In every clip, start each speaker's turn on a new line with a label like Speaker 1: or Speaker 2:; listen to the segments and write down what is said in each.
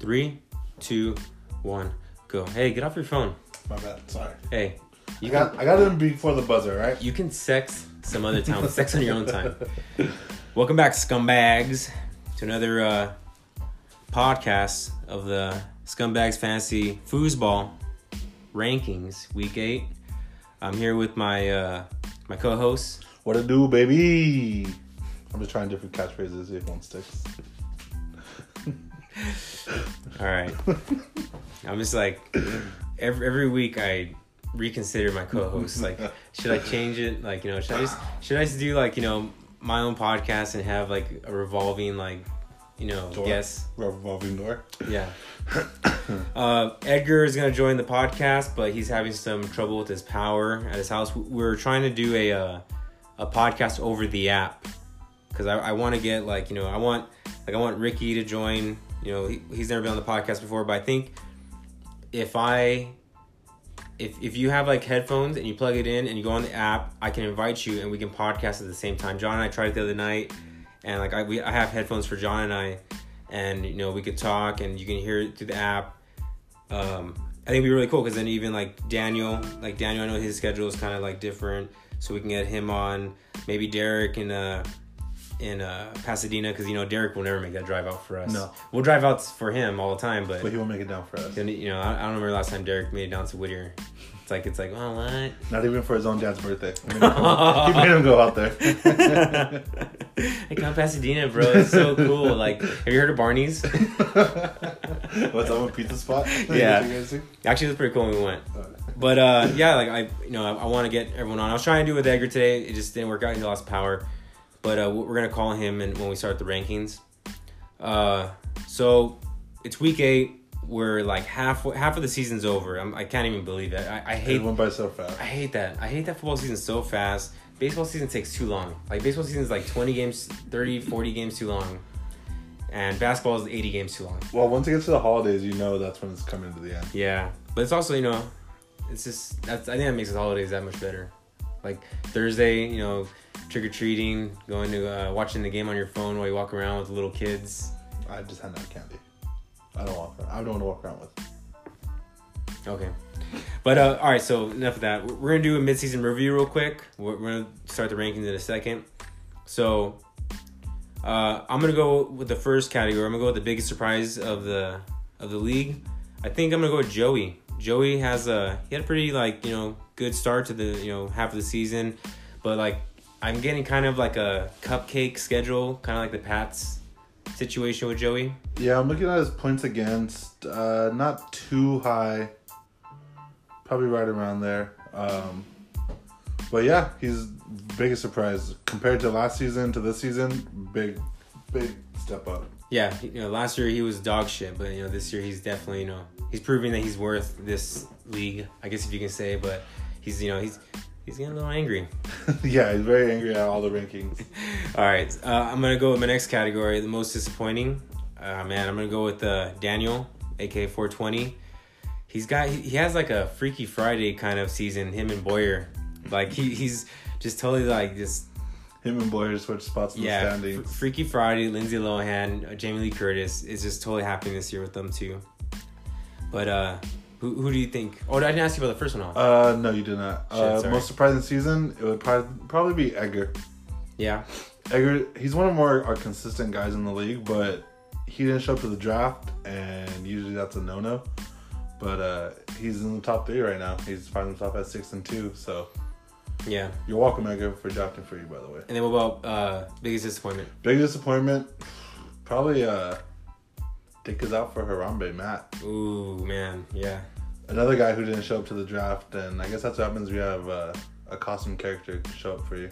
Speaker 1: Three, two, one, go. Hey, get off your phone.
Speaker 2: My bad. Sorry.
Speaker 1: Hey,
Speaker 2: You
Speaker 1: you can
Speaker 2: got I got it before the buzzer, right?
Speaker 1: you can sex some other time. sex on your own time. Welcome back, scumbags, to another uh, podcast of the Scumbags Fantasy Foosball Rankings Week Eight. I'm here with my uh, my co-host.
Speaker 2: What to do, baby? I'm just trying different catchphrases. See if one sticks.
Speaker 1: All right, I'm just like every every week I reconsider my co-host. Like, should I change it? Like, you know, should I just should I just do like you know my own podcast and have like a revolving like you know
Speaker 2: Door.
Speaker 1: guest?
Speaker 2: Revolving door.
Speaker 1: Yeah. uh, Edgar is going to join the podcast, but he's having some trouble with his power at his house. We- We're trying to do a uh, a podcast over the app because I, I want to get like you know I want like I want Ricky to join. You know he, he's never been on the podcast before, but I think if I if if you have like headphones and you plug it in and you go on the app, I can invite you and we can podcast at the same time. John and I tried it the other night, and like I we I have headphones for John and I, and you know we could talk and you can hear it through the app. Um, I think it'd be really cool because then even like Daniel, like Daniel, I know his schedule is kind of like different, so we can get him on. Maybe Derek in uh in uh Pasadena because you know Derek will never make that drive out for us.
Speaker 2: No.
Speaker 1: we'll drive out for him all the time, but
Speaker 2: But he won't make it down for us.
Speaker 1: then, you know, I, I don't remember the last time Derek made it down to Whittier. It's like it's like, oh what?
Speaker 2: Not even for his own dad's birthday. He made him go- he made him go out there.
Speaker 1: I come Pasadena, bro. It's so cool. Like, have you heard of Barney's?
Speaker 2: What's up with pizza spot?
Speaker 1: Yeah.
Speaker 2: Did you guys see?
Speaker 1: Actually, it was pretty cool when we went.
Speaker 2: Uh,
Speaker 1: But uh, yeah, like I, you know, I, I want to get everyone on. I was trying to do it with Edgar today. It just didn't work out. He lost power. But uh, we're gonna call him and when we start the rankings. Uh, so it's week eight. We're like half half of the season's over. I'm, I can't even believe it. I, I hate
Speaker 2: It went by so fast.
Speaker 1: I hate that. I hate that football season so fast. Baseball season takes too long. Like baseball season is like 20 games, 30, 40 games too long. And basketball is 80 games too long.
Speaker 2: Well, once it gets to the holidays, you know that's when it's coming to the end.
Speaker 1: Yeah. But it's also, you know, it's just that's I think that makes the holidays that much better. Like Thursday, you know, trick or treating, going to uh, watching the game on your phone while you walk around with the little kids.
Speaker 2: I just hand out candy. I don't walk. Around. I don't want to walk around with.
Speaker 1: Okay. But uh, all right, so enough of that. We're- We're gonna do a midseason review real quick. We're, we're gonna start the rankings in a second. So uh, I'm gonna go with the first category. I'm gonna go with the biggest surprise of the of the league. I think I'm gonna go with Joey. Joey has a he had a pretty like you know good start to the you know half of the season, but like I'm getting kind of like a cupcake schedule, kind of like the Pats situation with Joey.
Speaker 2: Yeah, I'm looking at his points against. Uh, not too high. Probably right around there. Um, but yeah, he's biggest surprise compared to last season to this season. Big, big step up.
Speaker 1: Yeah, you know, last year he was dog shit, but you know, this year he's definitely, you know, he's proving that he's worth this league, I guess if you can say, but he's, you know, he's he's getting a little angry.
Speaker 2: yeah, he's very angry at all the rankings.
Speaker 1: All right, uh, I'm gonna go with my next category, the most disappointing. Uh, man, I'm gonna go with uh, Daniel, aka 420. He's got he, he has like a Freaky Friday kind of season. Him and Boyer, like he he's just totally like just
Speaker 2: Him and Boyer switch spots in the
Speaker 1: yeah, Fr-
Speaker 2: standings.
Speaker 1: Freaky Friday, Lindsay Lohan, uh, Jamie Lee Curtis is just totally happening this year with them too. But uh, who who do you think? Oh, I didn't ask you about the first one. Off.
Speaker 2: Uh, no, you did not.
Speaker 1: Shit,
Speaker 2: uh,
Speaker 1: sorry.
Speaker 2: most surprising season, it would probably, probably be Edgar.
Speaker 1: yeah,
Speaker 2: Edgar, he's one of more our consistent guys in the league, but he didn't show up to the draft, and usually that's a no-no. But uh, he's in the top three right now. He's finding himself at six and two. So
Speaker 1: yeah.
Speaker 2: you're welcome, Edgar, for drafting for you, by the way.
Speaker 1: And then what about uh, biggest disappointment?
Speaker 2: Big disappointment, probably. Uh, Dick is out for Harambe Matt,
Speaker 1: Ooh man, yeah,
Speaker 2: another guy who didn't show up to the draft, and I guess that's what happens. We have uh, a costume character show up for you.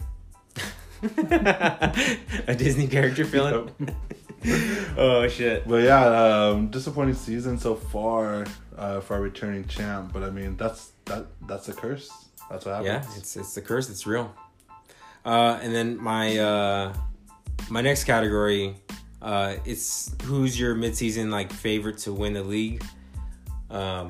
Speaker 1: a Disney character feeling. oh shit.
Speaker 2: But yeah, um, disappointing season so far uh, for our returning champ. But I mean, that's that that's a curse. That's what
Speaker 1: Yeah,
Speaker 2: happens.
Speaker 1: it's it's the curse. It's real. Uh, and then my uh, my next category, uh, it's who's your midseason like favorite to win the league. Um,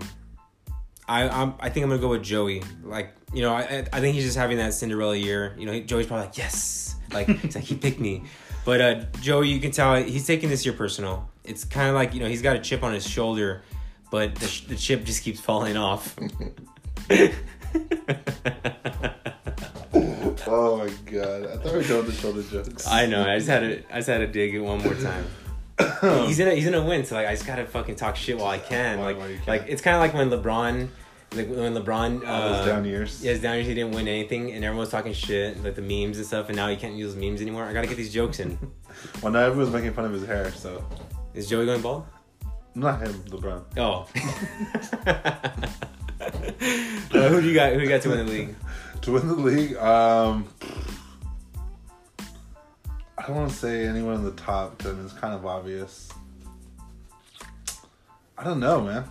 Speaker 1: I I'm, I think I'm gonna go with Joey. Like you know, I I- I think he's just having that Cinderella year. You know, Joey's probably like yes, like it's like he picked me. But uh, Joey, you can tell he's taking this year personal. it's kind of like you know he's got a chip on his shoulder, but the, sh- the chip just keeps falling off.
Speaker 2: Oh my god! I thought we were done with the shoulder jokes.
Speaker 1: I know. I just had to. I just had to dig it one more time.
Speaker 2: Um,
Speaker 1: he's in. A, he's in a win. So like, I just gotta fucking talk shit while I can.
Speaker 2: While-
Speaker 1: like,
Speaker 2: while you can.
Speaker 1: like it's kind of like when LeBron, like when LeBron.
Speaker 2: All
Speaker 1: Uh,
Speaker 2: Oh, those down years.
Speaker 1: Yeah, his down years. He didn't win anything, and everyone was talking shit, like the memes and stuff. And now he can't use memes anymore. I gotta get these jokes in.
Speaker 2: Well, now everyone's making fun of his hair, so
Speaker 1: Is Joey going bald?
Speaker 2: not him, LeBron.
Speaker 1: Oh. Uh, who do you got? Who you got to win the league?
Speaker 2: To win the league, um, I don't want to say anyone in the top because it's kind of obvious. I don't know, man.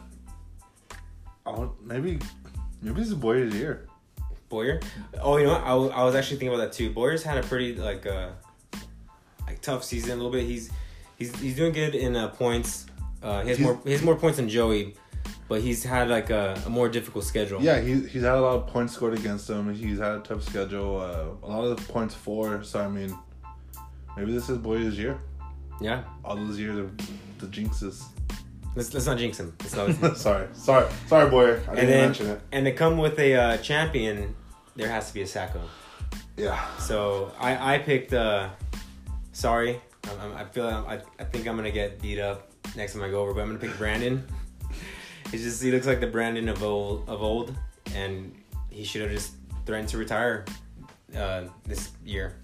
Speaker 2: I would, maybe, maybe it's a boy of the year.
Speaker 1: Boyer. Oh, you know what? I, wa- I was actually thinking about that too. Boyer's had a pretty like uh like tough season a little bit. He's he's he's doing good in uh, points. Uh, he has
Speaker 2: He's-
Speaker 1: more he has more points than Joey, but he's had like a, a more difficult schedule.
Speaker 2: Yeah, he, he's had a lot of points scored against him. He's had a tough schedule. Uh, a lot of the points for. So I mean, maybe this is boy of the year.
Speaker 1: Yeah.
Speaker 2: All those years of the jinxes.
Speaker 1: Let's let's not jinx him. Let's not jinx him.
Speaker 2: sorry, sorry, sorry, Boyer. I
Speaker 1: and
Speaker 2: didn't mention
Speaker 1: then
Speaker 2: it.
Speaker 1: and to come with a uh, champion, there has to be a Sacco.
Speaker 2: Yeah.
Speaker 1: So I I picked. Uh, sorry, I'm, I'm, I feel I'm, I I think I'm gonna get beat up next time I go over, but I'm gonna pick Brandon. He's just he looks like the Brandon of old of old, and he should have just threatened to retire uh, this year.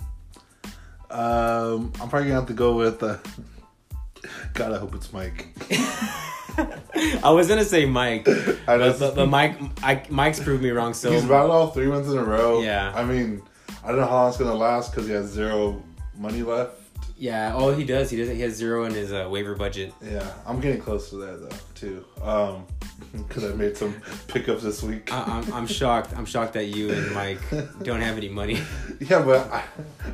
Speaker 2: Um, I'm probably gonna have to go with. Uh, God, I hope it's Mike.
Speaker 1: I was gonna say Mike,
Speaker 2: I know
Speaker 1: but, but, but Mike I, Mike's proved me wrong. So
Speaker 2: he's rattled all three months in a row.
Speaker 1: Yeah.
Speaker 2: I mean, I don't know how long it's gonna last because he has zero money left.
Speaker 1: yeah, all he does he does he has zero in his uh, waiver budget.
Speaker 2: Yeah, I'm getting close to that though too. Um, because I made some pickups this week.
Speaker 1: I, I'm I'm shocked. I'm shocked that you and Mike don't have any money.
Speaker 2: yeah, but I,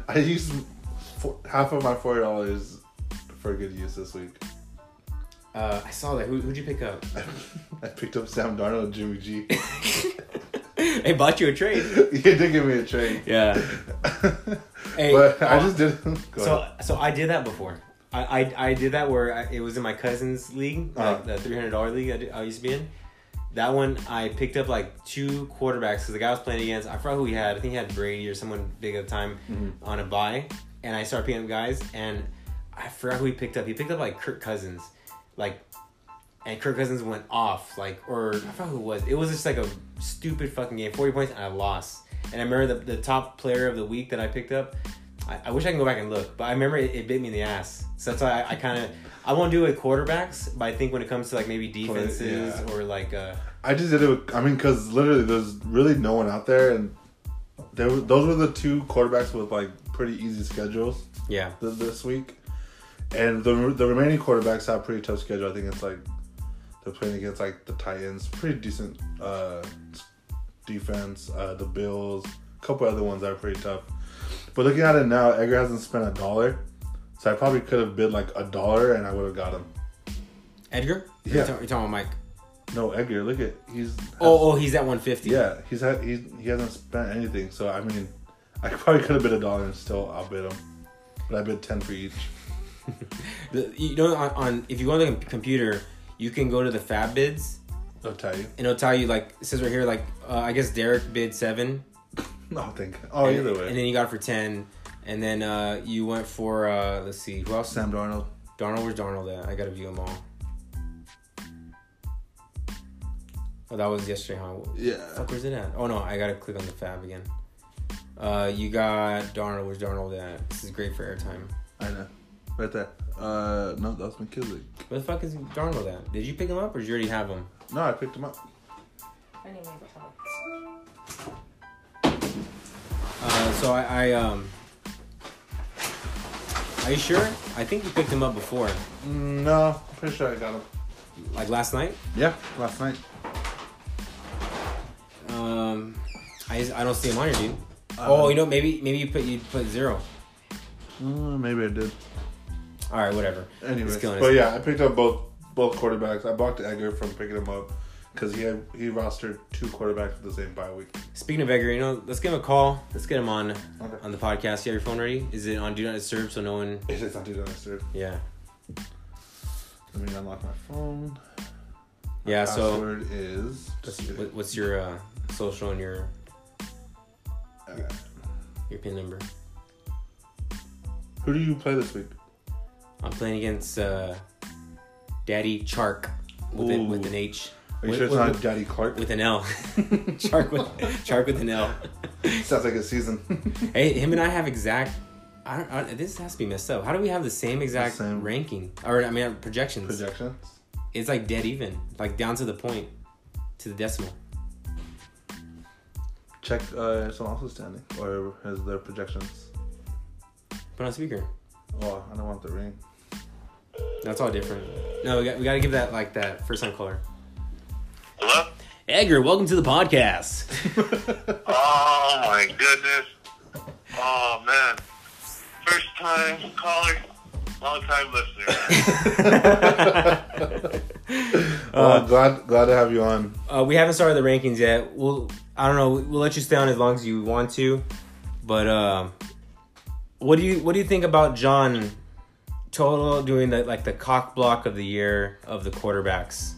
Speaker 2: I used four, half of my four dollars for good use this week.
Speaker 1: Uh, I saw that. Who, who'd you pick up?
Speaker 2: I picked up Sam Darnold and Jimmy G.
Speaker 1: they bought you a trade.
Speaker 2: you did give me a trade.
Speaker 1: Yeah. Hey,
Speaker 2: but I
Speaker 1: uh,
Speaker 2: just did. Go
Speaker 1: So
Speaker 2: ahead.
Speaker 1: so I did that before. I I, I did that where I, it was in my cousin's league,
Speaker 2: Uh-huh.
Speaker 1: like the three hundred dollar league I, did- I used to be in. That one I picked up like two quarterbacks because the guy I was playing against I forgot who he had. I think he had Brady or someone big at the time on a buy, and I started picking up guys and I forgot who he picked up. He picked up like Kirk Cousins, like. And Kirk Cousins went off, like, or I forgot who it was. It was just like a stupid fucking game, forty points, and I lost. And I remember the, the top player of the week that I picked up, I, I wish I can go back and look, but I remember it, it bit me in the ass. So that's why I, I kind of I won't do it with quarterbacks, but I think when it comes to like maybe defenses
Speaker 2: yeah.
Speaker 1: or like uh,
Speaker 2: I just did it. With, I mean, because literally, there's really no one out there, and there were- those were the two quarterbacks with like pretty easy schedules
Speaker 1: yeah,
Speaker 2: th- this week, and the the remaining quarterbacks have pretty tough schedule. I think it's like they're playing against like the Titans, pretty decent uh, defense. Uh, the Bills, a couple other ones that are pretty tough. But looking at it now, Edgar hasn't spent a dollar, so I probably could have bid like a dollar, and I would have got him.
Speaker 1: Edgar.
Speaker 2: Yeah.
Speaker 1: You're, ta- you're talking about Mike.
Speaker 2: No, Edgar, look at he's
Speaker 1: Oh, oh, he's at one fifty.
Speaker 2: Yeah, he's had he's, he hasn't spent anything. So I mean, I probably could have bid a dollar and still outbid him, but I bid ten for each.
Speaker 1: The- you know, on, on if you go on the com- computer, you can go to the Fab bids,
Speaker 2: I'll tell you.
Speaker 1: and it'll tell you like it says right here, like uh, I guess Derek bid seven.
Speaker 2: No, think. Oh,
Speaker 1: and,
Speaker 2: either way.
Speaker 1: And then you got it for ten, and then uh, you went for uh, let's see who else.
Speaker 2: Sam Darnold.
Speaker 1: Darnold, where's Darnold at? I gotta view them all. Oh, that was yesterday, huh? What
Speaker 2: Yeah.
Speaker 1: the fuck was it at? Oh no, I gotta click on the fab again. Uh, you got Darnold. Where's Darnold at? This is great for airtime.
Speaker 2: I know. Right there. Uh, no, that was McKissick.
Speaker 1: Where the fuck is Darnold at? Did you pick him up or did you already have him?
Speaker 2: No, I picked him up.
Speaker 3: Anyway, but-
Speaker 1: Uh, so I, I um. Are you sure? I think you picked him up before,
Speaker 2: Mm, No, I'm pretty sure I got him.
Speaker 1: like last night.
Speaker 2: Yeah, last night.
Speaker 1: Um, I just, I don't see him on here, dude.
Speaker 2: Uh,
Speaker 1: oh, you know maybe maybe you put you put zero.
Speaker 2: Mm, maybe I did.
Speaker 1: All right, whatever.
Speaker 2: Anyways,
Speaker 1: It's killing
Speaker 2: but
Speaker 1: us.
Speaker 2: yeah, I picked up both both quarterbacks. I blocked Edgar from picking him up because he had he rostered two quarterbacks at the same bye week.
Speaker 1: Speaking of Edgar, you know, let's give him a call. Let's get him on
Speaker 2: Okay.
Speaker 1: on the podcast. You have your phone ready? Is it on Do Not Disturb so no one?
Speaker 2: It is not too done, sir.
Speaker 1: Yeah.
Speaker 2: Let me unlock my phone. My
Speaker 1: Yeah. So
Speaker 2: password is
Speaker 1: what's, what- what's your uh, social and your
Speaker 2: Uh,
Speaker 1: your pin number?
Speaker 2: who do you play this week?
Speaker 1: I'm playing against uh, Daddy Chark with it, with
Speaker 2: Ooh.
Speaker 1: an H.
Speaker 2: Are you
Speaker 1: with,
Speaker 2: sure it's
Speaker 1: with-
Speaker 2: not Daddy Clark?
Speaker 1: with an L. Chark with Chark with an L.
Speaker 2: Sounds like a season.
Speaker 1: Hey, him and I have exact. I don't, I, this has to be messed up. How do we have the same exact
Speaker 2: Same.
Speaker 1: ranking or I mean projections?
Speaker 2: Projections.
Speaker 1: It's like dead even, like down to the point, to the decimal.
Speaker 2: Check uh, someone else's standing or has their projections.
Speaker 1: Put on speaker.
Speaker 2: Oh, I don't want the ring.
Speaker 1: That's all different. No, we got we got to give that like that first time caller.
Speaker 4: Hello?
Speaker 1: Edgar, welcome to the podcast.
Speaker 4: Oh my goodness. Oh man. First time caller, long time listener.
Speaker 2: well, I'm glad glad to have you on.
Speaker 1: Uh, we haven't started the rankings yet. We'll I don't know. We'll let you stay on as long as you want to. But um, what do you what do you think about John Total doing the like the cock block of the year of the quarterbacks?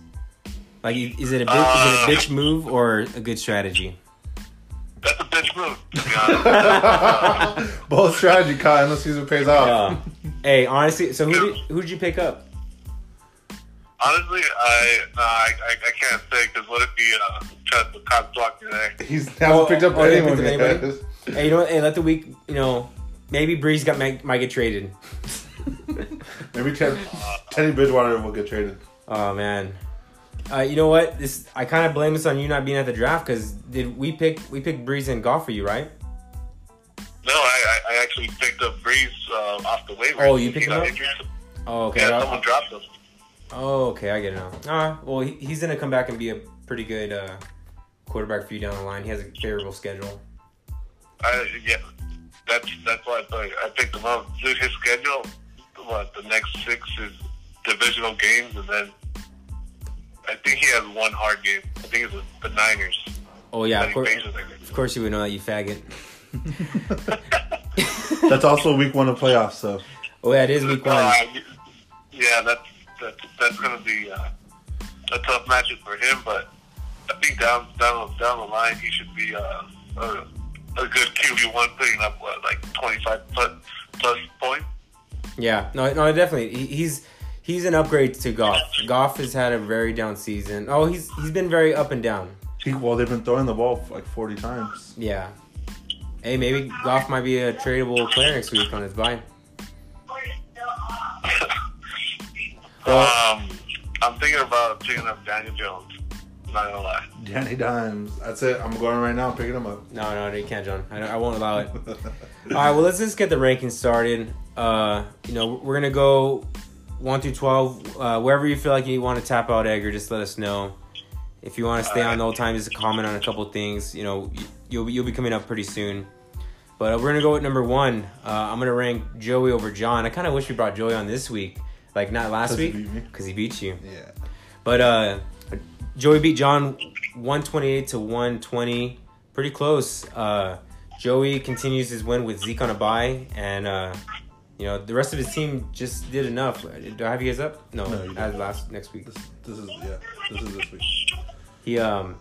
Speaker 1: Like, is it a bitch, is it a bitch move or a good strategy?
Speaker 4: That's a bitch move, to be honest.
Speaker 2: Both strategy caught and the season pays off.
Speaker 1: Uh, hey, honestly, so who did, who did you pick up?
Speaker 4: Honestly, I, no, I I I can't say because what if he uh, tried to cock block today?
Speaker 2: He's hasn't
Speaker 1: Oh,
Speaker 2: picked up
Speaker 1: oh, he hasn't picked
Speaker 2: anyone yet.
Speaker 1: up anybody? Hey, you know what? Hey, let the week. You know, maybe Breeze got might, might get traded.
Speaker 2: Maybe Ted, Teddy Bridgewater will get traded.
Speaker 1: Oh man, uh, you know what? This I kind of blame this on you not being at the draft because did we pick we picked Breeze and Golf for you, right?
Speaker 4: No, I, I I actually picked up Breeze uh, off the waiver.
Speaker 1: Oh, you picked him up?
Speaker 4: Yeah,
Speaker 1: Oh okay.
Speaker 4: someone dropped him.
Speaker 1: oh okay, I get it now. All right. Well, he, he's gonna come back and be a pretty good uh, quarterback for you down the line. He has a favorable schedule.
Speaker 4: I, yeah, that's that's why I, thought I picked him up. Dude, his schedule, what the next six is divisional games, and then I think he has one hard game. I think it's the Niners.
Speaker 1: Oh yeah,
Speaker 4: I
Speaker 1: of
Speaker 4: think
Speaker 1: course.
Speaker 4: Patriots, I
Speaker 1: Of
Speaker 4: think.
Speaker 1: course, you would know that you faggot.
Speaker 2: That's also week one of playoffs, so
Speaker 1: Oh yeah, it is week
Speaker 4: No,
Speaker 1: one.
Speaker 4: I- Uh, yeah, that's that's that's gonna be uh, a tough matchup for him, but I think down down down the line he should be uh, a, a good QB one, putting up what like twenty five plus plus points.
Speaker 1: Yeah, no, no, definitely. He, he's he's an upgrade to Goff. Goff has had a very down season. Oh, he's he's been very up and down.
Speaker 2: he, well they've been throwing the ball like forty times.
Speaker 1: Yeah. Hey, maybe Goff might be a tradable player next week on his bye. Well-
Speaker 4: um, I'm thinking about picking up Daniel Jones. Not gonna lie.
Speaker 2: Danny Dimes. That's it. I'm going right now. Picking him up.
Speaker 1: No, no, you can't, John. I, don't- I won't allow it. All right, well, let's just get the rankings started. Uh, you know, we're gonna go one through twelve. Uh, wherever you feel like you want to tap out, Edgar, just let us know. If you want to stay on the whole time, just comment on a couple things. You know, you- you'll be- you'll be coming up pretty soon. But uh, we're gonna go with number one. Uh, I'm gonna rank Joey over John. I kind of wish we brought Joey on this week, like not last
Speaker 2: 'Cause he
Speaker 1: week,
Speaker 2: beat me.
Speaker 1: because he beat you.
Speaker 2: yeah.
Speaker 1: But uh, Joey beat John 128 to 120. Pretty close. Uh, Joey continues his win with Zeke on a bye. And, uh, you know, the rest of his team just did enough. Do I have you guys up? No,
Speaker 2: No, you don't.
Speaker 1: I had last next week.
Speaker 2: This, this is yeah. This is this week.
Speaker 1: He um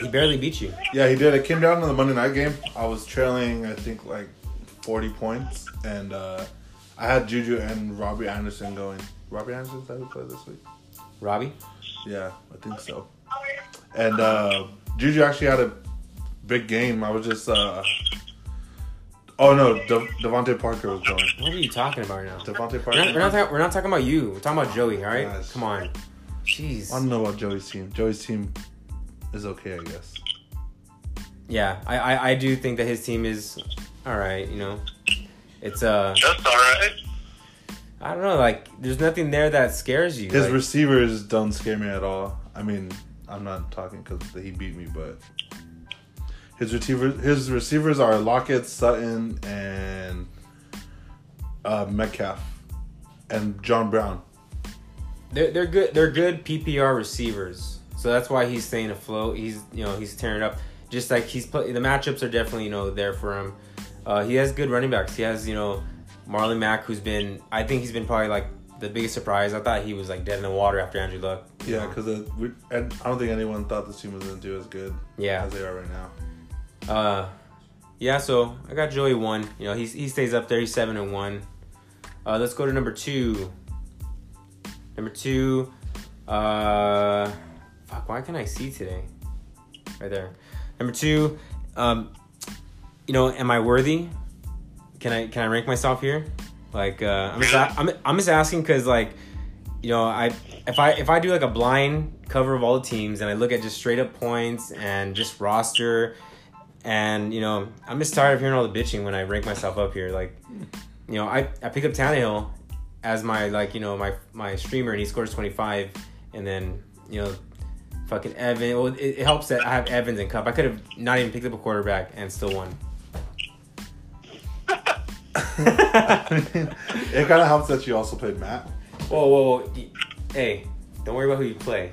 Speaker 1: he barely beat you.
Speaker 2: Yeah, he did. I came down to the Monday night game. I was trailing, I think, like 40 points. And uh, I had Juju and Robbie Anderson going. Robbie Anderson's that who played this week?
Speaker 1: Robbie?
Speaker 2: Yeah, I think so. And uh, Juju actually had a big game. I was just. Uh, oh, no. De- Devontae Parker was going.
Speaker 1: What are you talking about right now?
Speaker 2: Devontae
Speaker 1: We're not, we're, not
Speaker 2: Parker.
Speaker 1: talking, we're not talking about you. We're talking about Joey, all right?
Speaker 2: Gosh.
Speaker 1: Come on. Jeez.
Speaker 2: I don't know about Joey's team. Joey's team is okay, I guess.
Speaker 1: yeah, I, I, I do think that his team is all right, you know. It's uh
Speaker 4: That's all right.
Speaker 1: I don't know, like there's nothing there that scares you.
Speaker 2: His
Speaker 1: like-
Speaker 2: receivers don't scare me at all. I mean, I'm not talking because he beat me, but his receivers his receivers are Lockett, Sutton, and uh, Metcalf, and John Brown.
Speaker 1: They're, they're good. They're good PPR receivers, so that's why he's staying afloat. He's you know he's tearing it up. Just like he's play, the matchups are definitely you know there for him. Uh, he has good running backs. He has you know Marlon Mack, who's been I think he's been probably like the the biggest surprise. I thought he was like dead in the water after Andrew Luck.
Speaker 2: Yeah, because we I don't think anyone thought this team was gonna do as good
Speaker 1: Yeah.
Speaker 2: as they are right now.
Speaker 1: Uh, yeah. So I got Joey one. You know, he he stays up there. He's seven and one. Uh, let's go to number two. Number two. Uh, fuck. Why can't I see today? Right there. Number two. Um, you know, am I worthy? Can I can I rank myself here? Like, uh, I'm just a- I'm I'm just asking because like, you know, I if I if I do like a blind cover of all the teams and I look at just straight up points and just roster and you know, I'm just tired of hearing all the bitching when I rank myself up here. Like, you know, I I pick up Tannehill as my like you know my my streamer and he scores 25, and then you know, fucking Evan. Well, it, it helps that I have Evans and Cup. I could have not even picked up a quarterback and still won.
Speaker 2: I mean, it kind of helps that you also played Matt,
Speaker 1: Whoa, whoa, whoa. Y- Hey, don't worry about who you play.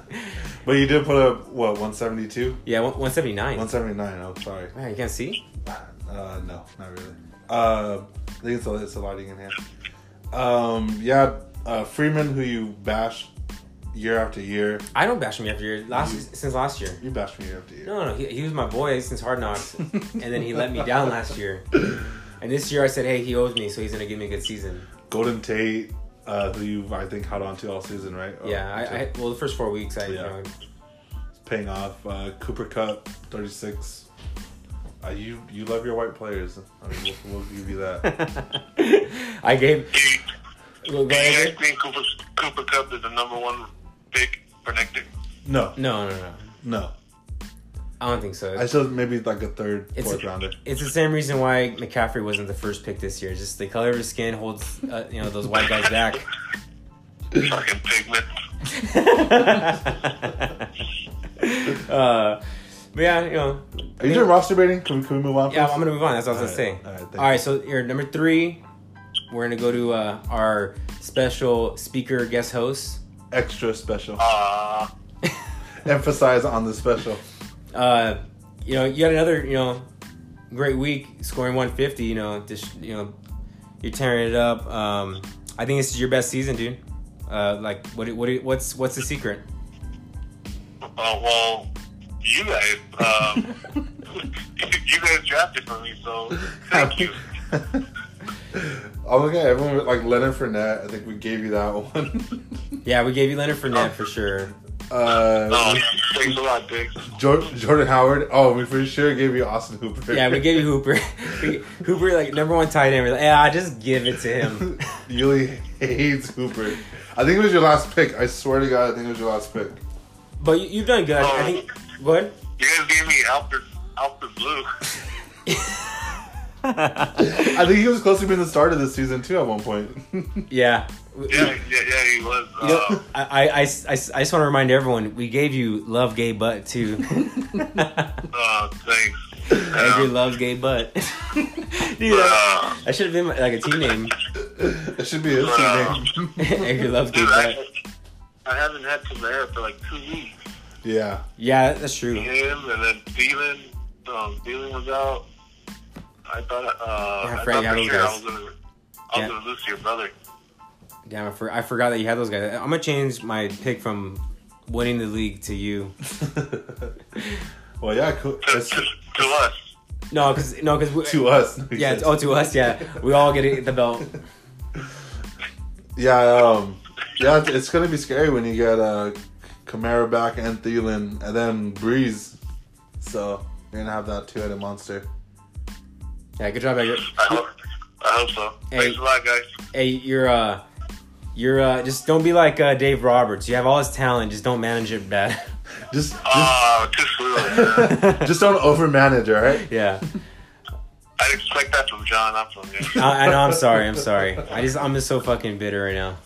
Speaker 2: but you did put up what 172,
Speaker 1: yeah, one- 179.
Speaker 2: 179. I'm oh, sorry.
Speaker 1: Man, you can't see?
Speaker 2: Uh, no, not really. Uh, I think it's a, it's a lighting in here. Um, yeah, uh, Freeman, who you bash year after year,
Speaker 1: I don't bash him after year. Last since last year.
Speaker 2: you bash me year after year.
Speaker 1: No, no, he, he was my boy since Hard Knocks, and then he let me down last year. And this year I said, hey, he owes me, so he's gonna give me a good season.
Speaker 2: Golden Tate, uh, who you I think held on to all season, right? Or-
Speaker 1: Yeah, I, I well the first four weeks I
Speaker 2: Oh, Yeah.
Speaker 1: you know,
Speaker 2: paying off. Uh, Cooper Cup, thirty six. Uh, you you love your white players. I mean, we'll, we'll give you that.
Speaker 1: I gave.
Speaker 4: Do
Speaker 1: Go
Speaker 4: you, do you
Speaker 1: ahead.
Speaker 4: guys think Cooper, Cooper Cup is the number one pick for next year?
Speaker 2: No,
Speaker 1: No, no, no.
Speaker 2: no.
Speaker 1: I don't think so.
Speaker 2: I still maybe like a third,
Speaker 1: It's-
Speaker 2: fourth rounder.
Speaker 1: it's the same reason why McCaffrey wasn't the first pick this year. Just the color of his skin holds, uh, you know, those white guys back.
Speaker 4: Fucking pigment.
Speaker 1: uh, but yeah, you know,
Speaker 2: Are you doing roster rating? Can we, can we move on?
Speaker 1: yeah,
Speaker 2: please?
Speaker 1: I'm gonna move on. That's what I was
Speaker 2: All
Speaker 1: gonna
Speaker 2: right,
Speaker 1: say.
Speaker 2: all right, thank
Speaker 1: all right, so here number three, we're gonna go to uh, our special speaker guest host.
Speaker 2: Extra special.
Speaker 4: Uh,
Speaker 2: Emphasize on the special.
Speaker 1: Uh, you know, you had another, you know, great week scoring 150. You know, just you know, you're tearing it up. Um, I think this is your best season, dude. Uh, like, what, what, what's, what's the secret?
Speaker 4: uh, well, you guys, um, you guys drafted for me, so thank you.
Speaker 2: Oh, okay, everyone with, like Leonard Fournette. I think we gave you that one.
Speaker 1: Yeah, we gave you Leonard Fournette for sure.
Speaker 4: Oh,
Speaker 2: uh,
Speaker 4: thanks a lot, Diggs.
Speaker 2: Jor- Jordan Howard. Oh, we for sure gave you Austin Hooper.
Speaker 1: Yeah, we gave you Hooper. We- Hooper, like number one tight end. We're like, yeah, just give it to him.
Speaker 2: Yuli hates Hooper. I think it was your last pick. I swear to God, I think it was your last pick.
Speaker 1: But you, you've done good. I think. What?
Speaker 4: You guys gave me Alfred, Alfred Blue.
Speaker 2: I think he was close to being the start of the season too at one point.
Speaker 1: yeah.
Speaker 4: Yeah, yeah, yeah, he was.
Speaker 1: You know,
Speaker 4: Uh,
Speaker 1: I, I, I, I just want to remind everyone we gave you love gay butt too.
Speaker 4: uh, thanks.
Speaker 1: Andrew
Speaker 4: Yeah.
Speaker 1: loves gay butt. Dude, that,
Speaker 4: Uh,
Speaker 1: that should have been like a team name.
Speaker 2: it should be his team name.
Speaker 1: Andrew loves gay
Speaker 4: dude,
Speaker 1: butt.
Speaker 4: I, I haven't had Kamara for like two weeks.
Speaker 2: yeah.
Speaker 1: Yeah, that's true.
Speaker 4: Him and then Thielen. Um, Thielen was out. I thought, uh,
Speaker 1: Yeah,
Speaker 4: I
Speaker 1: Frank,
Speaker 4: thought
Speaker 1: how
Speaker 4: for
Speaker 1: those
Speaker 4: sure I
Speaker 1: guys?
Speaker 4: was gonna, I was
Speaker 1: Yeah.
Speaker 4: gonna lose to your brother.
Speaker 1: Damn, I, for, I forgot that you had those guys. I'm gonna change my pick from winning the league to you.
Speaker 2: well, yeah. Cool.
Speaker 4: To,
Speaker 2: It's
Speaker 4: to, to us.
Speaker 1: No, cause no, cause we,
Speaker 2: to us.
Speaker 1: yeah, it's, oh to us, yeah. We all get it, the belt.
Speaker 2: yeah. Um, yeah. It's, it's gonna be scary when you get uh, Kamara back and Thielen and then Breeze. So you're gonna have that two-headed monster.
Speaker 1: Yeah, good job, Edgar.
Speaker 4: I hope, I hope so.
Speaker 1: Hey.
Speaker 4: Thanks a lot, guys.
Speaker 1: Hey, you're uh, you're uh, just don't be like uh, Dave Roberts. You have all his talent, just don't manage it bad.
Speaker 2: Just, just,
Speaker 4: Oh, too soon. man.
Speaker 2: just don't overmanage, all right?
Speaker 1: yeah,
Speaker 4: I expect that from John, not from you.
Speaker 1: I, I know. I'm sorry. I'm sorry. I just I'm just so fucking bitter right now.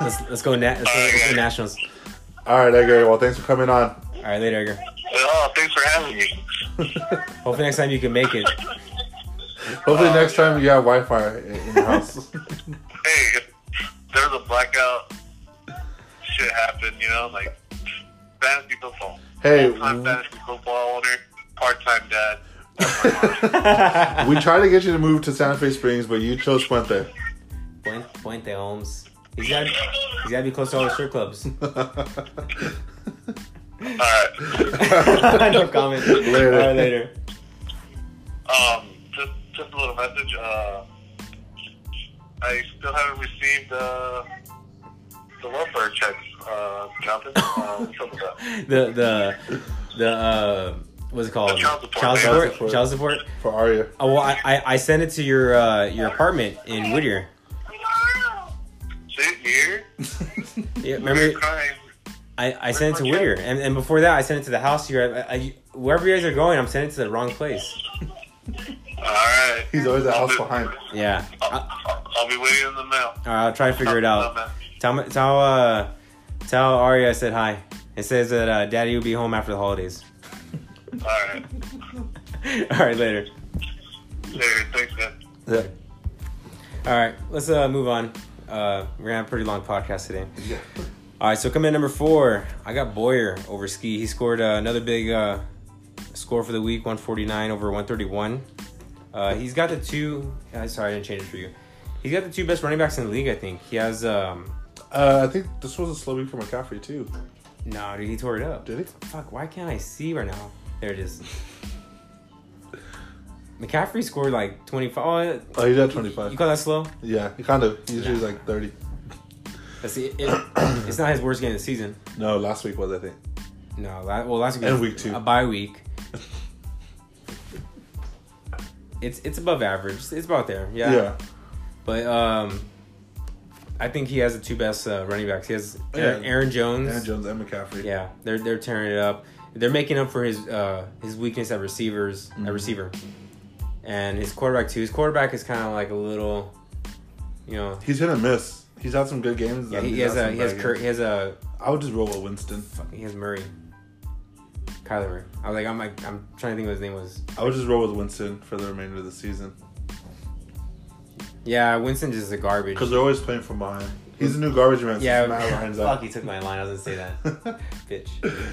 Speaker 1: Let's let's go. Na- let's, go let's go Nationals.
Speaker 2: All right, Edgar. Well, thanks for coming on.
Speaker 1: All right, later, Edgar.
Speaker 4: oh, thanks for having me.
Speaker 1: Hopefully next time you can make it.
Speaker 2: Hopefully next time you have Wi-Fi in in your house.
Speaker 4: hey, if there's a blackout, shit happened, you know, like fantasy football.
Speaker 2: hey,
Speaker 4: Full-time
Speaker 2: w-
Speaker 4: fantasy football owner, part-time dad.
Speaker 2: we tried to get you to move to Santa Fe Springs, but you chose Puente.
Speaker 1: Puente. Puente, Holmes. He's got he's got to be close to all the strip clubs.
Speaker 4: All right.
Speaker 1: no comment.
Speaker 2: Later.
Speaker 1: All right, later.
Speaker 4: Um, just just a little message. Uh, I still haven't received uh, the welfare checks, uh, Jonathan. Uh, what's up with that?
Speaker 1: The the the uh, what's it called?
Speaker 4: Child support.
Speaker 1: Child
Speaker 4: Child
Speaker 1: support.
Speaker 2: support.
Speaker 1: Child support.
Speaker 2: For Arya.
Speaker 1: Oh, well, I, I I sent it to your uh, your apartment in Whittier.
Speaker 4: Sit here.
Speaker 1: Yeah,
Speaker 4: You're
Speaker 1: remember
Speaker 4: crying.
Speaker 1: I, I sent it to Whittier, and, and before that I sent it to the house here. I, I, wherever you guys are going, I'm sending it to the wrong place.
Speaker 4: All right.
Speaker 2: He's always a
Speaker 4: I'll
Speaker 2: house
Speaker 4: be-
Speaker 2: behind.
Speaker 1: Yeah, I,
Speaker 4: I'll, I'll be waiting in the mail.
Speaker 1: all right, I'll try to figure it out.
Speaker 4: Love
Speaker 1: Tell me- tell uh, tell Arya I said hi. It says that uh, Daddy will be home after the holidays.
Speaker 4: it. All right.
Speaker 1: all right, later.
Speaker 4: Later. Thanks, man.
Speaker 2: Yeah.
Speaker 1: All right, let's uh, move on. Uh, we're gonna have a pretty long podcast today.
Speaker 2: Yeah.
Speaker 1: All right, so come in number four. I got Boyer over Ski. He scored uh, another big uh, score for the week, 149 over 131. Uh, he's got the two. uh, sorry, I didn't change it for you. He's got the two best running backs in the league, I think. He has. um
Speaker 2: Uh, I think this was a slow week for McCaffrey too.
Speaker 1: No, dude, he tore it up.
Speaker 2: Did he?
Speaker 1: Fuck, why can't I see right now? There it is. McCaffrey scored like 25. Oh,
Speaker 2: Oh, he's at
Speaker 1: you
Speaker 2: 25.
Speaker 1: call that slow?
Speaker 2: Yeah, kind of. Usually he's like 30.
Speaker 1: Let's see. It, it's not his worst game of the season.
Speaker 2: No, last week was I think.
Speaker 1: No, la well, last week
Speaker 2: And
Speaker 1: was
Speaker 2: week two.
Speaker 1: a bye week. it's it's above average. It's about there. Yeah.
Speaker 2: Yeah.
Speaker 1: But um, I think he has the two best uh, running backs. He has Aaron,
Speaker 2: Yeah.
Speaker 1: Aaron Jones.
Speaker 2: And Jones and McCaffrey.
Speaker 1: Yeah, they're they're tearing it up. They're making up for his uh his weakness at receivers at receiver, and his quarterback too. His quarterback is kind of like a little, you know.
Speaker 2: He's hit and miss. He's had some good games.
Speaker 1: Yeah,
Speaker 2: and
Speaker 1: he
Speaker 2: he's
Speaker 1: has
Speaker 2: had
Speaker 1: a
Speaker 2: some
Speaker 1: he has
Speaker 2: bad
Speaker 1: Kurt,
Speaker 2: games.
Speaker 1: he has a
Speaker 2: I would just roll with Winston.
Speaker 1: he has Murray, Kyler Murray. I was like I'm like I'm trying to think what his name was.
Speaker 2: I would just roll with Winston for the remainder of the season
Speaker 1: Yeah, Winston just is a garbage.
Speaker 2: because they're always playing from behind. He's a new garbage man. so
Speaker 1: Yeah,
Speaker 2: Matt Ryan's
Speaker 1: fuck,
Speaker 2: out.
Speaker 1: he took my line. I was gonna say that, bitch.
Speaker 2: Bitch.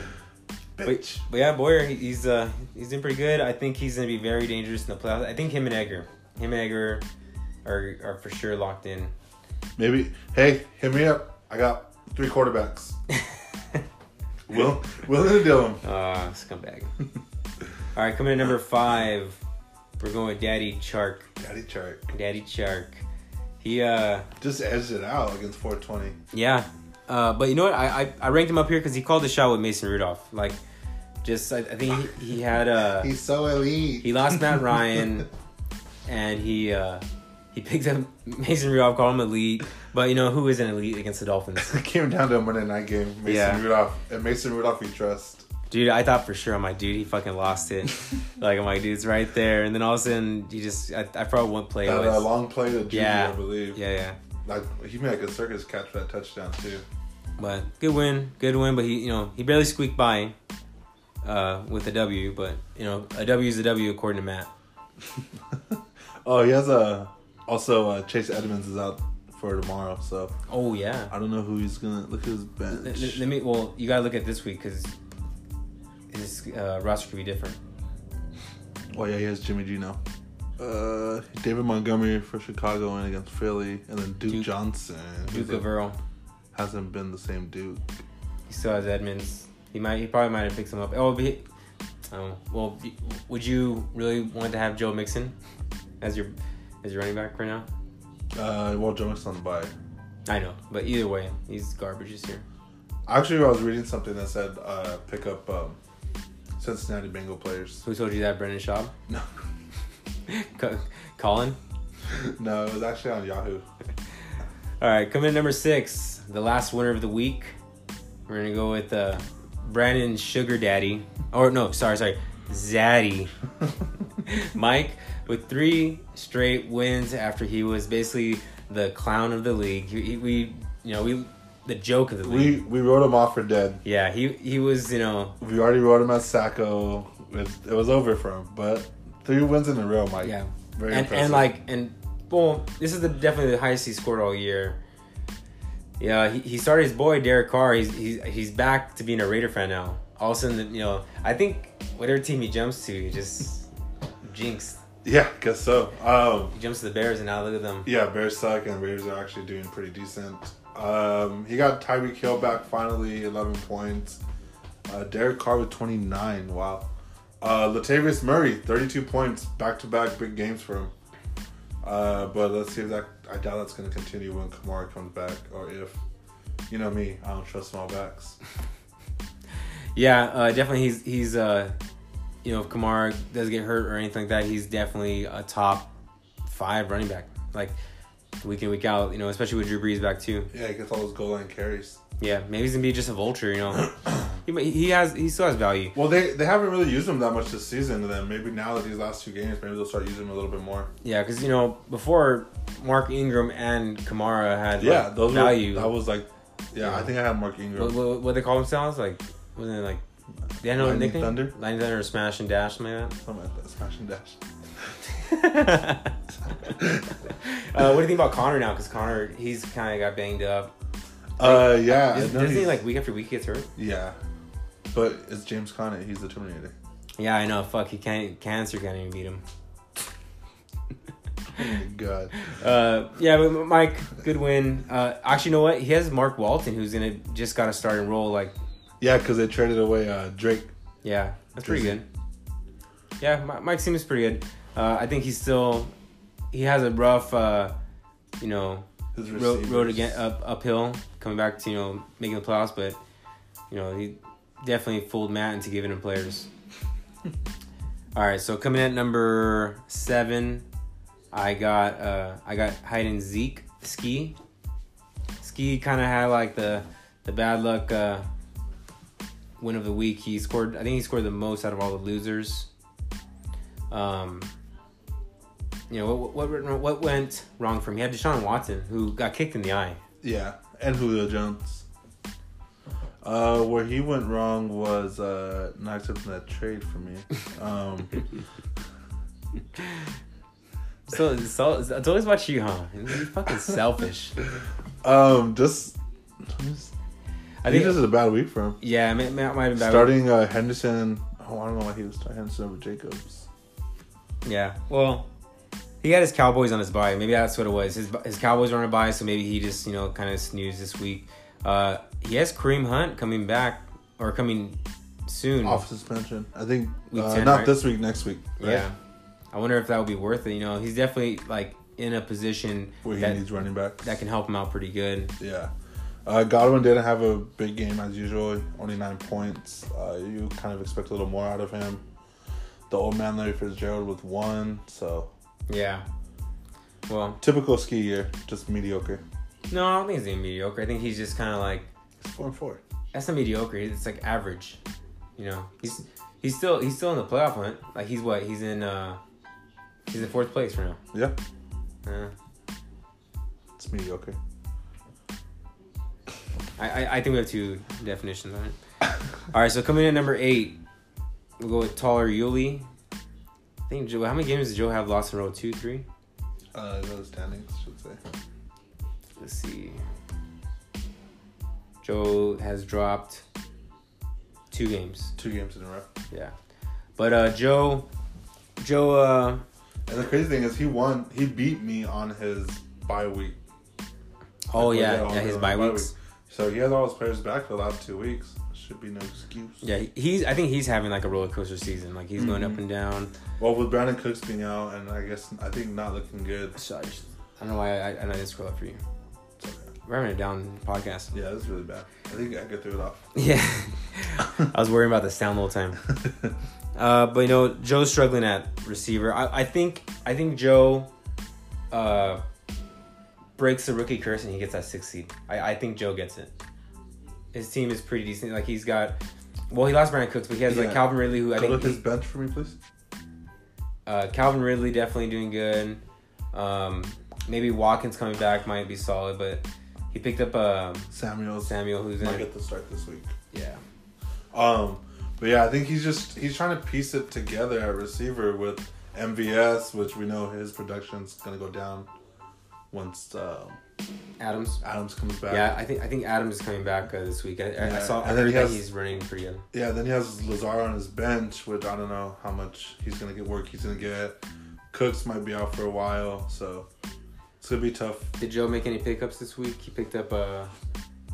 Speaker 1: But, but yeah, Boyer, he- he's uh he's doing pretty good. I think he's gonna be very dangerous in the playoffs. I think him and Edgar, him and Edgar, are are for sure locked in.
Speaker 2: Maybe. Hey, hit me up. I got three quarterbacks. Will, Will and Dylan.
Speaker 1: Uh, scumbag. All right, coming in at number five, we're going with Daddy Chark.
Speaker 2: Daddy chart.
Speaker 1: Daddy Chark. He, uh,
Speaker 2: Just edged it out against 420.
Speaker 1: yeah. Uh, but you know what? I, I, I ranked him up here because he called the shot with Mason Rudolph. Like, just, I, I think he, he had, uh,
Speaker 2: He's so elite.
Speaker 1: he lost Matt Ryan and he, uh, he picked up Mason Rudolph, called him elite. But you know, who isn't elite against the Dolphins?
Speaker 2: It came down to a Monday night game. Mason
Speaker 1: Yeah.
Speaker 2: Rudolph and Mason Rudolph, we trust.
Speaker 1: Dude, I thought for sure, I'm like, dude, he fucking lost it. like, I'm like, dude, it's right there. And then all of a sudden, he just, I, I forgot what play it
Speaker 2: That
Speaker 1: was.
Speaker 2: uh, long play to Juju,
Speaker 1: Yeah.
Speaker 2: I believe.
Speaker 1: Yeah, yeah.
Speaker 2: Like he made like a circus catch for that touchdown too.
Speaker 1: But good win, good win. But he, you know, he barely squeaked by uh, with a W. But you know, a W is a W according to Matt.
Speaker 2: Oh, he has a. Also, uh, Chase Edmonds is out for tomorrow, so
Speaker 1: Oh yeah.
Speaker 2: I don't know who he's gonna look at his
Speaker 1: Let,
Speaker 2: bench.
Speaker 1: let- let me. Well, you gotta look at this week because his uh, roster could be different.
Speaker 2: Oh yeah, he has Jimmy G now. Uh, David Montgomery for Chicago and against Philly, and then Duke,
Speaker 1: Duke-
Speaker 2: Johnson.
Speaker 1: Duke
Speaker 2: who
Speaker 1: of Earl.
Speaker 2: hasn't been the same Duke.
Speaker 1: He still has Edmonds. He might. He probably might have picked him up. Oh, but he, um, well, y- would you really want to have Joe Mixon as your as your running back right now?
Speaker 2: Uh, well, Joe Mixon on the bye.
Speaker 1: I know, but either way, he's garbage this year.
Speaker 2: Actually, I was reading something that said uh, pick up um, Cincinnati Bengal players.
Speaker 1: Who told you that, Brendan Schaub?
Speaker 2: No,
Speaker 1: Co- Colin.
Speaker 2: no, it was actually on Yahoo.
Speaker 1: All right, coming in number six, the last winner of the week. We're gonna go with uh, Brandon Sugar Daddy, or no, sorry, sorry, Zaddy Mike with three straight wins after he was basically the clown of the league. He, he, we, you know, we the joke of the league.
Speaker 2: we we wrote him off for dead.
Speaker 1: yeah, he he was, you know,
Speaker 2: We already wrote him at Sacco. It, it was over for him, but three wins in a row, Mike.
Speaker 1: yeah,
Speaker 2: very
Speaker 1: and
Speaker 2: impressive.
Speaker 1: and like and well, this is the definitely the highest he scored all year. Yeah, he, he started his boy Derek Carr. He's he's he's back to being a Raider fan now. All of a sudden, you know, I think whatever team he jumps to, he just jinxed.
Speaker 2: Yeah, guess so. Um,
Speaker 1: He jumps to the Bears and now look at them.
Speaker 2: yeah, Bears suck and Raiders are actually doing pretty decent. Um, he got Tyreek Hill back finally, 11 points. Uh, Derek Carr with 29. Wow. Uh, Latavius Murray, 32 points, back to back big games for him. Uh, but let's see if that. I doubt that's going to continue when Kamara comes back, or if. You know me, I don't trust small backs.
Speaker 1: Yeah, uh, definitely. He's he's uh, you know, if Kamara does get hurt or anything like that, he's definitely a top five running back. Like week in week out, you know, especially with Drew Brees back too.
Speaker 2: Yeah, he gets all those goal line carries.
Speaker 1: Yeah, maybe he's gonna be just a vulture. You know, he, might- he has he still has value.
Speaker 2: Well, they they haven't really used him that much this season, and then maybe now that these last two games, maybe they'll start using him a little bit more.
Speaker 1: Yeah, because you know before Mark Ingram and Kamara had
Speaker 2: Yeah,
Speaker 1: like,
Speaker 2: those were-
Speaker 1: value.
Speaker 2: that was like, yeah, I think I had Mark
Speaker 1: what,
Speaker 2: Ingram.
Speaker 1: what, what they call themselves like wasn't it like they had no
Speaker 2: Lightning
Speaker 1: nickname
Speaker 2: Thunder?
Speaker 1: Lightning Thunder or Smash and Dash something like
Speaker 2: Something like that, smash and dash.
Speaker 1: that. uh, what do you think about Connor now? Because Connor he's kind of got banged up.
Speaker 2: Uh, yeah,
Speaker 1: Is,
Speaker 2: I know
Speaker 1: doesn't he
Speaker 2: he's-
Speaker 1: like week after week gets hurt?
Speaker 2: yeah, but it's James Conner. He's the Terminator.
Speaker 1: Yeah, I know. Fuck, he can't. Cancer can't even beat him.
Speaker 2: Oh my God,
Speaker 1: Uh, yeah, but Mike, good win. Uh, actually, you know what? He has Mark Walton, who's gonna just got to start and roll. Like,
Speaker 2: yeah, because they traded away uh, Drake.
Speaker 1: yeah, that's pretty
Speaker 2: Drizzy.
Speaker 1: good. Yeah, Mi- Mike seems pretty good. Uh, I think he's still he has a rough, uh, you know,
Speaker 2: His
Speaker 1: road, road
Speaker 2: receivers.
Speaker 1: again uh, up uphill coming back to you know making the playoffs, but you know he definitely fooled Matt into giving him players. All right, so coming at number seven, I got uh I got Hayden Zeke Ski. Ski kind of had like the the bad luck uh, win of the week. He scored I think he scored the most out of all the losers. Um, you know what what what- what went wrong for him? He had Deshaun Watson who got kicked in the eye.
Speaker 2: Yeah, and Julio Jones. Uh, where he went wrong was uh, not accepting that trade for me. Um,
Speaker 1: So so it's always about you, huh? You're fucking selfish.
Speaker 2: um, just,
Speaker 1: I
Speaker 2: I think
Speaker 1: think
Speaker 2: this is a bad week for him.
Speaker 1: yeah, Matt, Matt might have been bad.
Speaker 2: Starting uh, Henderson. Oh, I don't know why he was starting Henderson over Jacobs.
Speaker 1: Yeah. Well, he had his Cowboys on his bye. Maybe that's what it was. His his Cowboys were on a bye, so maybe he just you know kind of snoozed this week. Uh, he has Kareem Hunt coming back or coming soon.
Speaker 2: Off suspension. I think
Speaker 1: Week
Speaker 2: uh,
Speaker 1: 10,
Speaker 2: not
Speaker 1: right?
Speaker 2: this week. Next week. Right?
Speaker 1: Yeah. I wonder if that would be worth it. You know, he's definitely like in a position
Speaker 2: Where he
Speaker 1: that,
Speaker 2: needs running back.
Speaker 1: that can help him out pretty good.
Speaker 2: Yeah. Uh, Godwin didn't have a big game as usual, only nine points. Uh, you kind of expect a little more out of him. The old man Larry Fitzgerald with one, so
Speaker 1: Yeah. Well,
Speaker 2: typical ski year, just mediocre.
Speaker 1: no, I don't think he's even mediocre. I think he's just kind of like
Speaker 2: It's four and four.
Speaker 1: that's not mediocre. It's like average. You know, he's he's still he's still in the playoff hunt. Like he's what he's in uh he's in fourth place right now. Uh,
Speaker 2: Yeah,
Speaker 1: Yeah.
Speaker 2: it's mediocre.
Speaker 1: I, I I think we have two definitions on it.
Speaker 2: Uh,
Speaker 1: All right, so coming in at number eight, we'll go with taller Yuli. I think Joe. How many games did Joe have lost in a row? Two, three.
Speaker 2: Uh, those standings should say.
Speaker 1: Let's see. Joe has dropped two games.
Speaker 2: Two games in a row.
Speaker 1: Yeah. But uh Joe Joe uh
Speaker 2: And the crazy thing is, he won. He beat me on his bye week.
Speaker 1: oh
Speaker 2: Like,
Speaker 1: yeah,
Speaker 2: on
Speaker 1: yeah, his
Speaker 2: on
Speaker 1: bye
Speaker 2: bye
Speaker 1: weeks.
Speaker 2: week. So he has all his players back for the last two weeks. Should be no excuse.
Speaker 1: Yeah, he- he's I think he's having like a roller coaster season. Like he's going up and down.
Speaker 2: Well, with Brandon Cooks being out, and I guess I think not looking good.
Speaker 1: So I, just, I don't know why I, I didn't scroll up for you.
Speaker 2: It's okay.
Speaker 1: We're having a down podcast.
Speaker 2: Yeah, this is really bad. I think I could throw it off.
Speaker 1: Yeah. I was worrying about the sound the whole time. Uh, but you know, Joe's struggling at receiver. I, I think I think Joe uh, breaks the rookie curse and he gets that six seed. I, I think Joe gets it. His team is pretty decent. Like he's got, well, he lost Brandon Cooks, but he has like
Speaker 2: Yeah.
Speaker 1: Calvin Ridley, who I
Speaker 2: Could
Speaker 1: think
Speaker 2: look his bench for me, please.
Speaker 1: uh, Calvin Ridley definitely doing good. Um, maybe Watkins coming back might be solid, but he picked up uh,
Speaker 2: Samuel's
Speaker 1: Samuel, who's
Speaker 2: might
Speaker 1: in
Speaker 2: get the start this week.
Speaker 1: yeah.
Speaker 2: Um, but yeah, I think he's just he's trying to piece it together at receiver with MVS, which we know his production's gonna go down once um
Speaker 1: Adams.
Speaker 2: Adams comes back.
Speaker 1: Yeah, I think I think Adams is coming back uh, this week. I, I- I
Speaker 2: Yeah,
Speaker 1: saw. I
Speaker 2: and then
Speaker 1: heard
Speaker 2: he
Speaker 1: that
Speaker 2: has-
Speaker 1: he's running pretty good.
Speaker 2: Yeah, then he has Lazar on his bench, which I don't know how much he's gonna get work he's gonna get. Cooks might be out for a while, so it's gonna be tough.
Speaker 1: Did Joe make any pickups this week? He picked up uh,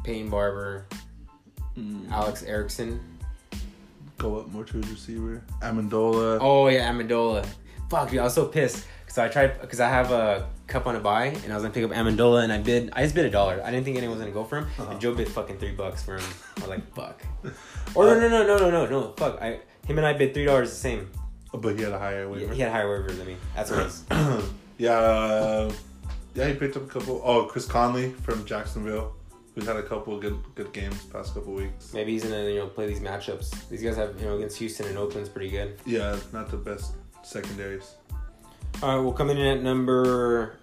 Speaker 1: Payne Barber, Alex Erickson.
Speaker 2: Mm. Go up more to his receiver. Amendola.
Speaker 1: Oh yeah, Amendola. Fuck, dude, I was so pissed because I tried because I have a cup on a buy and I was gonna pick up Amendola and I bid. I just bid a dollar. I didn't think anyone was gonna go for him. And Joe bid fucking three bucks for him. I was like, fuck. Or no, no, no, no, no, no, no. Fuck. I him and I bid three dollars the same.
Speaker 2: But he had a higher
Speaker 1: He,
Speaker 2: waiver.
Speaker 1: he had higher waivers than me. That's what it was.
Speaker 2: Yeah, uh, yeah, he picked up a couple. Oh, Chris Conley from Jacksonville, who's had a couple good good games past couple weeks.
Speaker 1: Maybe he's gonna you know play these matchups. These guys have you know against Houston and Oakland's pretty good.
Speaker 2: Yeah, not the best secondaries.
Speaker 1: All right, well coming in at number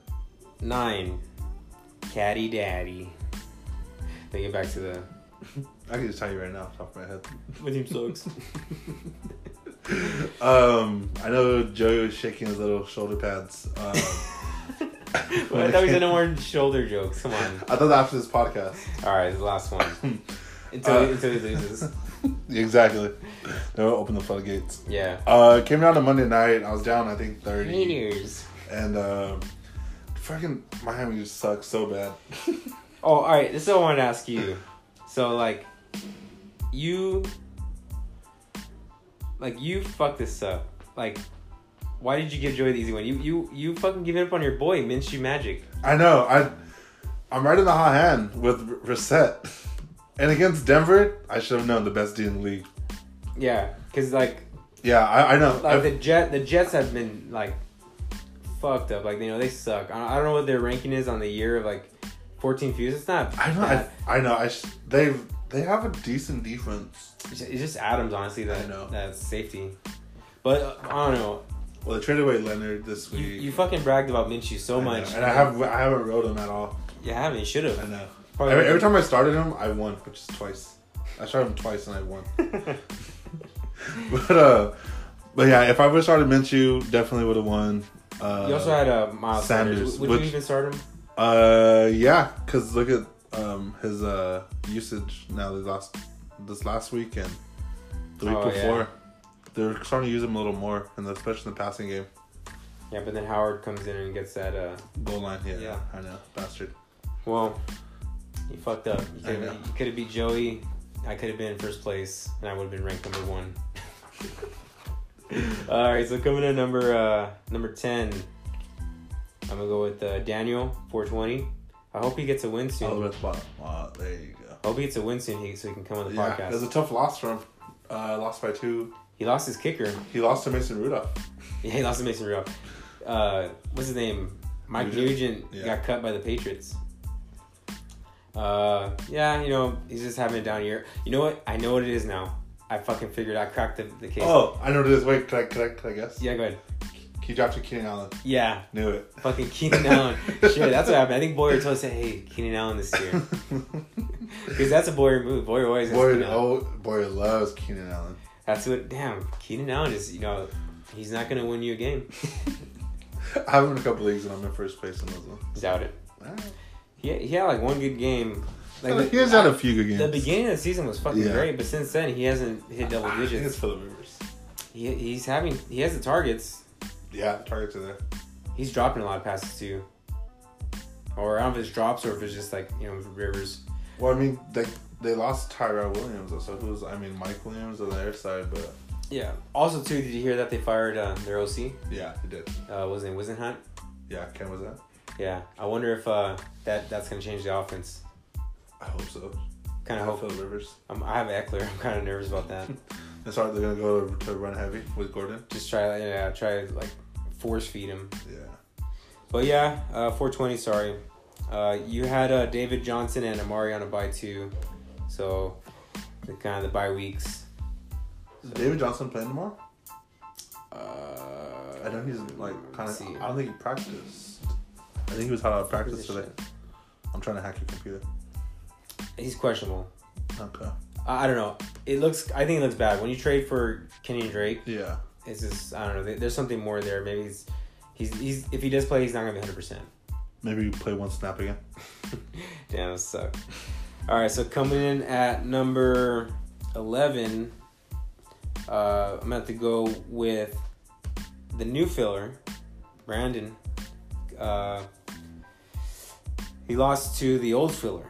Speaker 1: nine, Caddy Daddy. They get back to the
Speaker 2: I can just tell you right now, off the top of my head.
Speaker 1: what team sucks.
Speaker 2: Um, I know Joey was shaking his little shoulder pads. Um,
Speaker 1: Well, I thought we said no more shoulder jokes. Come on.
Speaker 2: I thought after this podcast.
Speaker 1: All right, the last one. Until,
Speaker 2: Uh,
Speaker 1: until he loses.
Speaker 2: Exactly. No, open the floodgates.
Speaker 1: Yeah.
Speaker 2: Uh, came down to Monday night. I was down, I think, 30.
Speaker 1: Haters.
Speaker 2: And um fucking Miami just sucks so bad.
Speaker 1: Oh, all right. This is what I wanted to ask you. So, like, you, like, you fucked this up. Like, why did you give Joey the easy one? You, you, you fucking give it up on your boy Minshew Magic.
Speaker 2: I know. I I'm right in the hot hand with R- Reset. And against Denver, I should have known the best D in the league.
Speaker 1: Yeah, because like,
Speaker 2: Yeah, I, I know.
Speaker 1: like
Speaker 2: I-
Speaker 1: the jet, the Jets have been like fucked up. Like, you know, they suck. I, I don't know what their ranking is on the year of like 14 fuse. It's not.
Speaker 2: I know.
Speaker 1: bad.
Speaker 2: I, I know. I sh- they've they have a decent defense.
Speaker 1: It's it's just Adams, honestly. That
Speaker 2: I know.
Speaker 1: that safety. But uh, I don't know.
Speaker 2: Well, they traded away Leonard this
Speaker 1: You,
Speaker 2: week.
Speaker 1: you fucking bragged about Minshew so
Speaker 2: I know.
Speaker 1: much.
Speaker 2: and I have I haven't rode him at all.
Speaker 1: You haven't. You should
Speaker 2: I
Speaker 1: have.
Speaker 2: know.
Speaker 1: Probably-
Speaker 2: Every, every time I started him, I won, which is twice. I started him twice and I won. but uh, but yeah, if I would have started Minshew, definitely would have won. Uh,
Speaker 1: you also had a uh, Miles Sanders.
Speaker 2: Sanders,
Speaker 1: Would
Speaker 2: which-
Speaker 1: you even start him?
Speaker 2: Uh, yeah, cause look at um his uh usage now. This last this last week and the week
Speaker 1: Oh, yeah.
Speaker 2: before, they're starting to use him a little more, and especially in the passing game,
Speaker 1: Yeah, but then Howard comes in and gets that. Uh,
Speaker 2: goal line. Yeah,
Speaker 1: Yeah.
Speaker 2: I know, bastard.
Speaker 1: well, you fucked up. You
Speaker 2: I know.
Speaker 1: could have beat Joey. I could have been in first place, and I would have been ranked number one. All right, so coming in number uh, number ten, I'm gonna go with uh, Daniel 420. I hope he gets a win soon.
Speaker 2: Oh, that's wild. Wow, there you go.
Speaker 1: I hope he gets a win soon he, so he can come on the
Speaker 2: Yeah,
Speaker 1: podcast.
Speaker 2: it was a tough loss for him. Uh, lost by two.
Speaker 1: He lost his kicker.
Speaker 2: He lost to Mason Rudolph.
Speaker 1: Yeah, he lost to Mason Rudolph. Uh, what's his name? Mike Nugent,
Speaker 2: Nugent? Yeah.
Speaker 1: got cut by the Patriots. Uh, yeah, you know he's just having a down year. You know what? I know what it is now. I fucking figured. I cracked the, the case.
Speaker 2: Oh, I know what it is. Wait, could I, could I, could I guess?
Speaker 1: Yeah, go ahead.
Speaker 2: He dropped to Keenan Allen.
Speaker 1: Yeah,
Speaker 2: Knew it.
Speaker 1: fucking Keenan Allen. Shit, that's what happened. I think Boyer told us, "Hey, Keenan Allen this year," because that's a Boyer move. Boyer always. has
Speaker 2: Boy,
Speaker 1: Keenan Allen.
Speaker 2: oh, boy loves Keenan Allen.
Speaker 1: That's what. Damn, Keenan Allen is. You know, he's not gonna win you a game.
Speaker 2: I have him in a couple leagues and I'm in first place in those ones.
Speaker 1: Doubt it.
Speaker 2: Alright.
Speaker 1: He, he had like one good game. Like
Speaker 2: He
Speaker 1: the-
Speaker 2: has had a few good games.
Speaker 1: The beginning of the season was fucking
Speaker 2: Yeah. Ah,
Speaker 1: great, but since then he hasn't hit double
Speaker 2: I think It's
Speaker 1: digits.
Speaker 2: Philip Rivers.
Speaker 1: He, he's having he has the targets.
Speaker 2: Yeah, targets are there.
Speaker 1: He's dropping a lot of passes too. Or I don't know if it's drops or if it's just like you know Rivers.
Speaker 2: Well, I mean, they they lost Tyrell Williams, so who's I mean Mike Williams on their side, but
Speaker 1: Yeah. Also too, did you hear that they fired uh, their OC?
Speaker 2: yeah, he did.
Speaker 1: Uh, was it Wizen Hunt?
Speaker 2: Yeah, Ken was that.
Speaker 1: Yeah. I wonder if uh, that that's gonna change the offense.
Speaker 2: I hope so.
Speaker 1: Kind
Speaker 2: I
Speaker 1: of
Speaker 2: hope
Speaker 1: hope.
Speaker 2: Philip Rivers.
Speaker 1: I'm, I have Eckler. I'm kind of nervous about that.
Speaker 2: That's all right. They're gonna go to run heavy with Gordon.
Speaker 1: just try yeah try to, like force feed him.
Speaker 2: Yeah.
Speaker 1: But yeah, uh, 420. Sorry, uh, you had uh, David Johnson and Amari on a bye too, so the kind of the bye weeks.
Speaker 2: Is David Johnson playing tomorrow?
Speaker 1: Uh,
Speaker 2: I know he's like kind
Speaker 1: let's
Speaker 2: of.
Speaker 1: see.
Speaker 2: I don't think he practiced. I think he was out of practice today.
Speaker 1: Position.
Speaker 2: I'm trying to hack your computer.
Speaker 1: He's questionable.
Speaker 2: Okay.
Speaker 1: I, I don't know. It looks. I think it looks bad when you trade for Kenny and Drake.
Speaker 2: Yeah.
Speaker 1: It's just I don't know. there- There's something more there. Maybe he's he's, he's if he does play, he's not gonna be 100. percent
Speaker 2: Maybe you play one snap again.
Speaker 1: Damn, that sucked. All right, so coming in at number 11, uh, I'm going to have to go with the new filler, Brandon, uh, he lost to the old filler.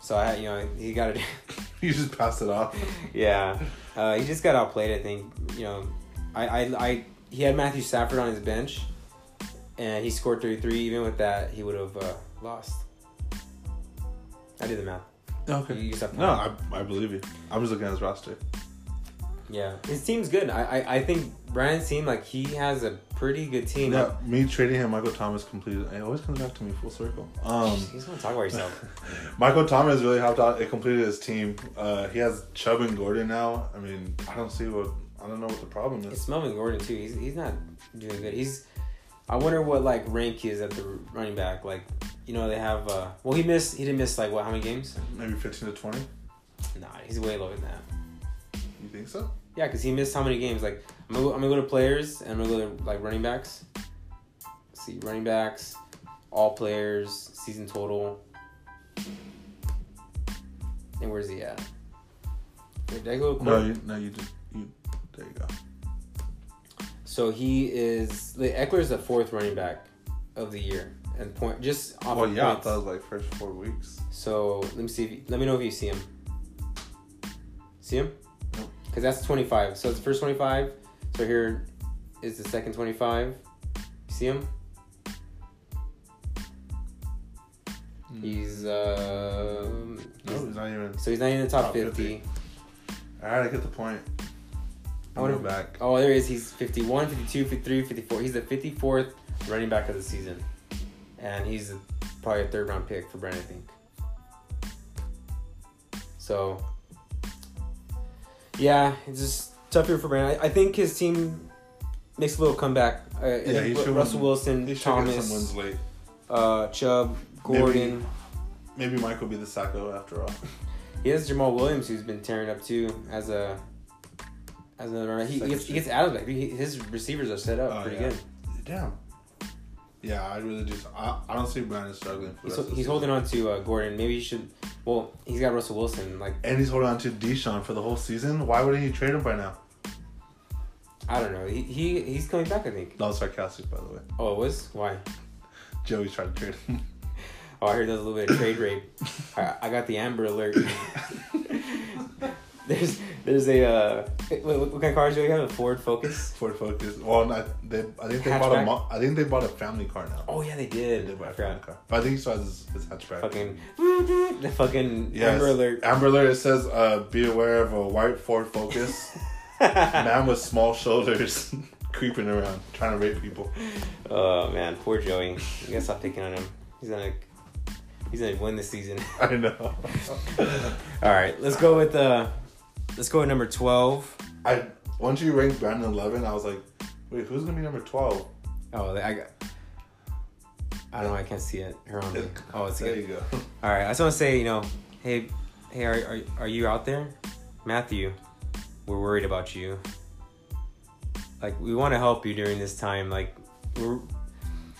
Speaker 1: So I, you know, he got it.
Speaker 2: You just pass it off.
Speaker 1: yeah, uh, he just got outplayed. I think you know, I, I, I, he had Matthew Stafford on his bench, and he scored thirty three. Even with that, he would have uh, lost. I did the math.
Speaker 2: Okay.
Speaker 1: You just have to-
Speaker 2: no, I, I believe you. I'm just looking at his roster.
Speaker 1: Yeah, his team's good. I, I, I think Brandon's team, like he has a pretty good team.
Speaker 2: Yeah, me trading him, Michael Thomas completed. It always comes back to me full circle. Um,
Speaker 1: He's gonna talk about yourself.
Speaker 2: Michael Thomas really helped out. It completed his team. Uh, he has Chubb and Gordon now. I mean, I don't see what. I don't know what the problem is.
Speaker 1: it's Melvin Gordon too. He's he's not doing good. He's I wonder what like rank he is at the running back. Like you know they have uh well he missed he didn't miss like what how many games?
Speaker 2: Maybe 15 to 20.
Speaker 1: Nah, he's way lower than that.
Speaker 2: You think so?
Speaker 1: Yeah, because he missed how many games? Like I'm gonna, go, I'm gonna go to players and I'm gonna go to like running backs. see running backs, all players, season total. And where's he at? Wait, did I go to
Speaker 2: No,
Speaker 1: quarter-
Speaker 2: you, no, you did. You, there you go.
Speaker 1: So he is like, Eckler's the fourth running back of the year and point just off
Speaker 2: Well,
Speaker 1: of
Speaker 2: yeah, I
Speaker 1: points.
Speaker 2: thought it was like first four weeks.
Speaker 1: So let me see. If you, let me know if you see him. See him?
Speaker 2: Nope.
Speaker 1: Because that's twenty five. So it's the first twenty five. So here is the second twenty five. See him? He's um.
Speaker 2: Hmm. No, he's not even.
Speaker 1: so he's not even in the top
Speaker 2: Top
Speaker 1: 50.
Speaker 2: 50. All right, I get the point.
Speaker 1: I
Speaker 2: I
Speaker 1: wonder-
Speaker 2: want to back.
Speaker 1: Oh, there he is. He's 51, 52, 53, 54. He's the 54th running back of the season. And he's probably a third round pick for Brandon, I think. So, yeah, it's just tough year for Brandon. I, I think his team makes a little comeback. Uh,
Speaker 2: Yeah, he should
Speaker 1: Russell
Speaker 2: win.
Speaker 1: Wilson,
Speaker 2: He should get some wins
Speaker 1: Thomas,
Speaker 2: late.
Speaker 1: uh, Chubb, Gordon.
Speaker 2: Maybe Mike will be the Sacco after all.
Speaker 1: He has Jamal Williams, who's been tearing up too as a as another runner. He, he gets he gets Adams back. He- His receivers are set up
Speaker 2: Oh,
Speaker 1: pretty
Speaker 2: yeah.
Speaker 1: good.
Speaker 2: Damn. Yeah, I really do. I, I don't see Brandon struggling. For the
Speaker 1: He's,
Speaker 2: rest of the
Speaker 1: he's
Speaker 2: season.
Speaker 1: holding on to uh, Gordon. Maybe he should. Well, he's got Russell Wilson. Like
Speaker 2: And he's holding on to Deshaun for the whole season. Why wouldn't he trade him by now?
Speaker 1: I don't know. He, he he's coming back. I think.
Speaker 2: That was sarcastic, by the way.
Speaker 1: Oh, it was why?
Speaker 2: Joey's trying to trade him.
Speaker 1: Oh, I heard there's a little bit of trade rape. I, I got the Amber Alert. there's there's a uh, wait, what, what kind of car do you have? A Ford Focus.
Speaker 2: Ford Focus. Well, not, they. I think they bought a.
Speaker 1: Hatchback?
Speaker 2: mo- I think they bought a family car now.
Speaker 1: Oh yeah, they
Speaker 2: They
Speaker 1: did.
Speaker 2: did buy
Speaker 1: I
Speaker 2: a family
Speaker 1: forgot.
Speaker 2: car. But I think he still has his, his hatchback.
Speaker 1: Fucking the fucking
Speaker 2: Yes.
Speaker 1: Amber Alert.
Speaker 2: Amber Alert. It says, uh, "Be aware of a white Ford Focus, man with small shoulders, creeping around, trying to rape people."
Speaker 1: Oh man, poor Joey. You gotta stop picking on him. He's gonna he's gonna win this season.
Speaker 2: I know.
Speaker 1: All right, let's go with uh let's go with number twelve.
Speaker 2: I once you ranked Brandon eleven, I was like, "Wait, who's gonna be number 12?
Speaker 1: Oh, I got. I don't know. I can't see it. Her on me. Oh, it's
Speaker 2: there
Speaker 1: good.
Speaker 2: you go.
Speaker 1: All right. I just want to say, you know, hey, hey, are, are are you out there, Matthew? We're worried about you. Like we want to help you during this time. Like we're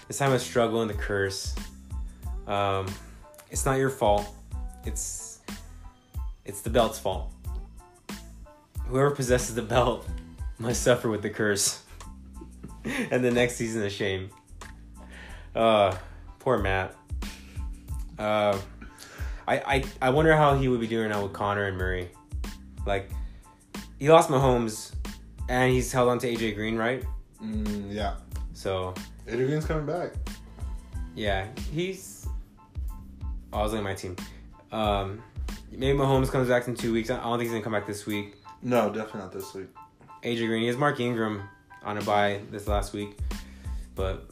Speaker 1: this time of struggle and the curse. Um, it's not your fault. It's it's the belt's fault. Whoever possesses the belt must suffer with the curse, and the next season of shame. Uh, poor Matt. Uh, I, I I wonder how he would be doing now with Connor and Murray. Like, he lost Mahomes, and he's held on to AJ Green, right?
Speaker 2: Mm, yeah,
Speaker 1: So
Speaker 2: Adrian Green's coming back.
Speaker 1: yeah, he's. Oh, I was looking at my team. Um, maybe Mahomes comes back in two weeks. I I don't think he's gonna come back this week.
Speaker 2: No, definitely not this week.
Speaker 1: AJ Green. He has Mark Ingram on a bye this last week, but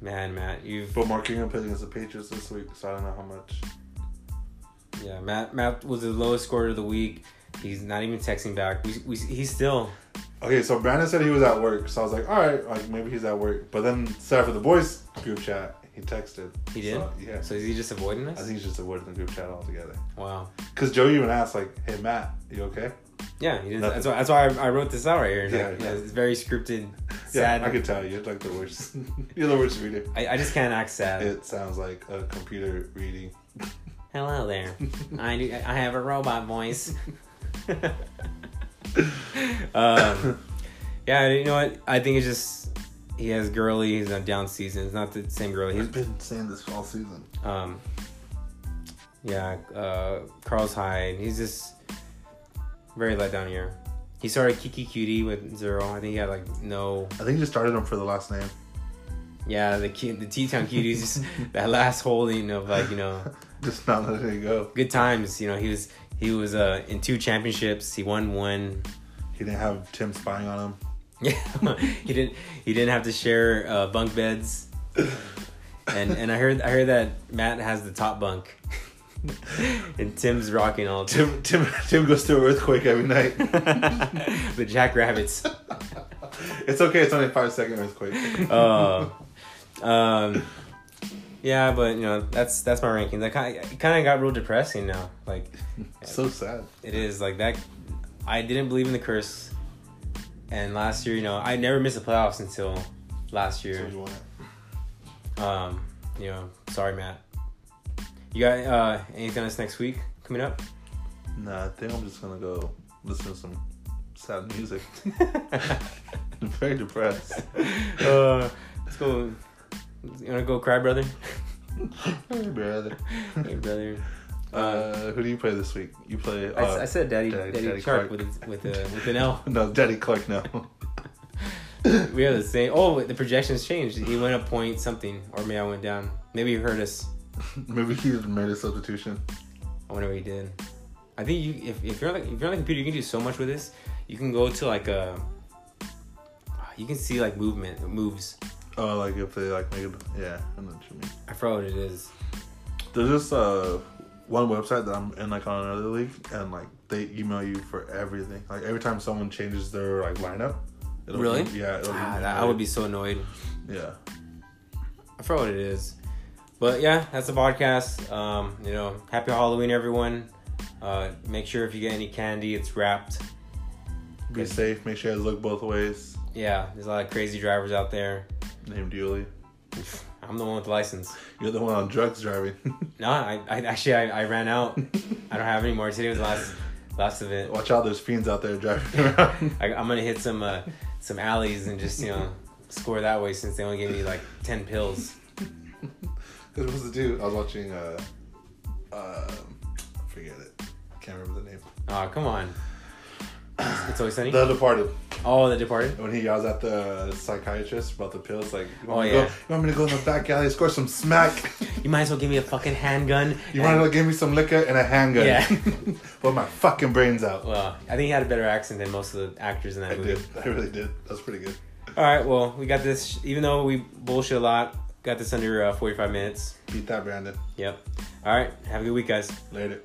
Speaker 1: man, Matt, you've
Speaker 2: But Mark Ingram played against the Patriots this week, so I don't know how much.
Speaker 1: yeah, Matt. Matt was the lowest scorer of the week. He's not even texting back. We, we, he's still
Speaker 2: Okay, so Brandon said he was at work, so I was like, all right, like maybe he's at work. But then, sorry for the boys group chat, he texted.
Speaker 1: he did.
Speaker 2: So, yeah.
Speaker 1: So is he just avoiding
Speaker 2: I
Speaker 1: us?
Speaker 2: think he's just avoiding the group chat altogether.
Speaker 1: Wow.
Speaker 2: Because Joey even asked, like, hey, Matt, you okay?
Speaker 1: Yeah, he didn't,
Speaker 2: Nothing.
Speaker 1: that's why, that's why I, I wrote this out right here.
Speaker 2: Yeah,
Speaker 1: Like,
Speaker 2: yeah.
Speaker 1: It's very scripted,
Speaker 2: Yeah,
Speaker 1: sad.
Speaker 2: I could tell you're like the worst. you're the worst reader.
Speaker 1: I, I just can't act sad.
Speaker 2: It sounds like a computer reading.
Speaker 1: Hello there. I do, I have a robot voice. um, yeah, you know what? I think it's just he has Gurley. He's on down season. It's not the same Gurley. He's
Speaker 2: I've been saying this all season.
Speaker 1: um, yeah, uh, Carlos Hyde. He's just very let down here. He started Kiki Cutie with zero. I think he had like no.
Speaker 2: I think you started him for the last name.
Speaker 1: Yeah, the Q- the T Town Cuties just that last holding of like you know
Speaker 2: Just not letting it go.
Speaker 1: good times. You know he was he was uh, in two championships. He won one.
Speaker 2: He didn't have Tim spying on him.
Speaker 1: Yeah, he didn't. He didn't have to share uh, bunk beds. And and I heard I heard that Matt has the top bunk, and Tim's rocking all
Speaker 2: Tim Tim Tim goes through an earthquake every night.
Speaker 1: the jackrabbits.
Speaker 2: it's okay. It's only a five second earthquake.
Speaker 1: Uh, um, yeah, but you know that's that's my rankings. I kind it kind of got real depressing now. Like
Speaker 2: so sad.
Speaker 1: it is like that. I didn't believe in the curse, and last year, you know, I never missed the playoffs until last year.
Speaker 2: So you want it.
Speaker 1: Um, you know, sorry, Matt. You got uh, anything else next week coming up?
Speaker 2: Nah, I think I'm just gonna go listen to some sad music. I'm very depressed.
Speaker 1: uh, let's go. You wanna go cry, brother?
Speaker 2: Hey, brother.
Speaker 1: hey, brother.
Speaker 2: Uh, who do you play this week? You play.
Speaker 1: I,
Speaker 2: Uh,
Speaker 1: I said daddy,
Speaker 2: Daddy-
Speaker 1: daddy,
Speaker 2: Daddy
Speaker 1: shark
Speaker 2: Clark.
Speaker 1: with a, with a with an L.
Speaker 2: no, Daddy Clark. No.
Speaker 1: We have the same. Oh, the projections changed. He went up point something, or maybe I went down. Maybe he heard us.
Speaker 2: Maybe he made a substitution.
Speaker 1: I wonder what he did. I think you if, if you're like if you're on the computer, you can do so much with this. You can go to like a. You can see like movement moves.
Speaker 2: Oh, like if they like make it. Yeah, I know what you mean.
Speaker 1: I forgot what it is.
Speaker 2: There's this uh one website that I'm in like on another league, and like they email you for everything. Like every time someone changes their like lineup. It'll
Speaker 1: Really?
Speaker 2: yeah. It'll
Speaker 1: Ah,
Speaker 2: email
Speaker 1: that- I
Speaker 2: you.
Speaker 1: would be so annoyed.
Speaker 2: Yeah.
Speaker 1: I forgot what it is. But yeah, that's the podcast. Um, you know, happy Halloween, everyone. Uh, make sure if you get any candy, it's wrapped.
Speaker 2: Be
Speaker 1: Good.
Speaker 2: safe. Make sure you guys look both ways.
Speaker 1: Yeah, there's a lot of crazy drivers out there.
Speaker 2: Named Yuli.
Speaker 1: I'm the one with the license.
Speaker 2: You're the one on drugs driving.
Speaker 1: No, I, I actually I, I ran out. I don't have any more. Today was the last last of it.
Speaker 2: Watch out, there's fiends out there driving around.
Speaker 1: I, I'm gonna hit some uh, some alleys and just you know score that way since they only gave me like ten pills.
Speaker 2: What was the dude? I was watching. uh uh, forget it. Can't remember the name.
Speaker 1: Oh come on. It's, it's always sunny.
Speaker 2: The Departed.
Speaker 1: Oh, The Departed.
Speaker 2: When he yells at the psychiatrist about the pills, like, you
Speaker 1: Oh,
Speaker 2: want, me to
Speaker 1: yeah.
Speaker 2: go, you want me to go in the back alley, score some smack?
Speaker 1: You might as well give me a fucking handgun.
Speaker 2: You
Speaker 1: and-
Speaker 2: want to give me some liquor and a handgun?
Speaker 1: Yeah. Oh,
Speaker 2: but my fucking brains out.
Speaker 1: Well, I think he had a better accent than most of the actors in that
Speaker 2: I
Speaker 1: movie.
Speaker 2: did. I really did. That was pretty good.
Speaker 1: All right, well, we got this. Even though we bullshit a lot, got this under uh, 45 minutes.
Speaker 2: Beat that, Brandon.
Speaker 1: Yep. All right, have a good week, guys.
Speaker 2: Later.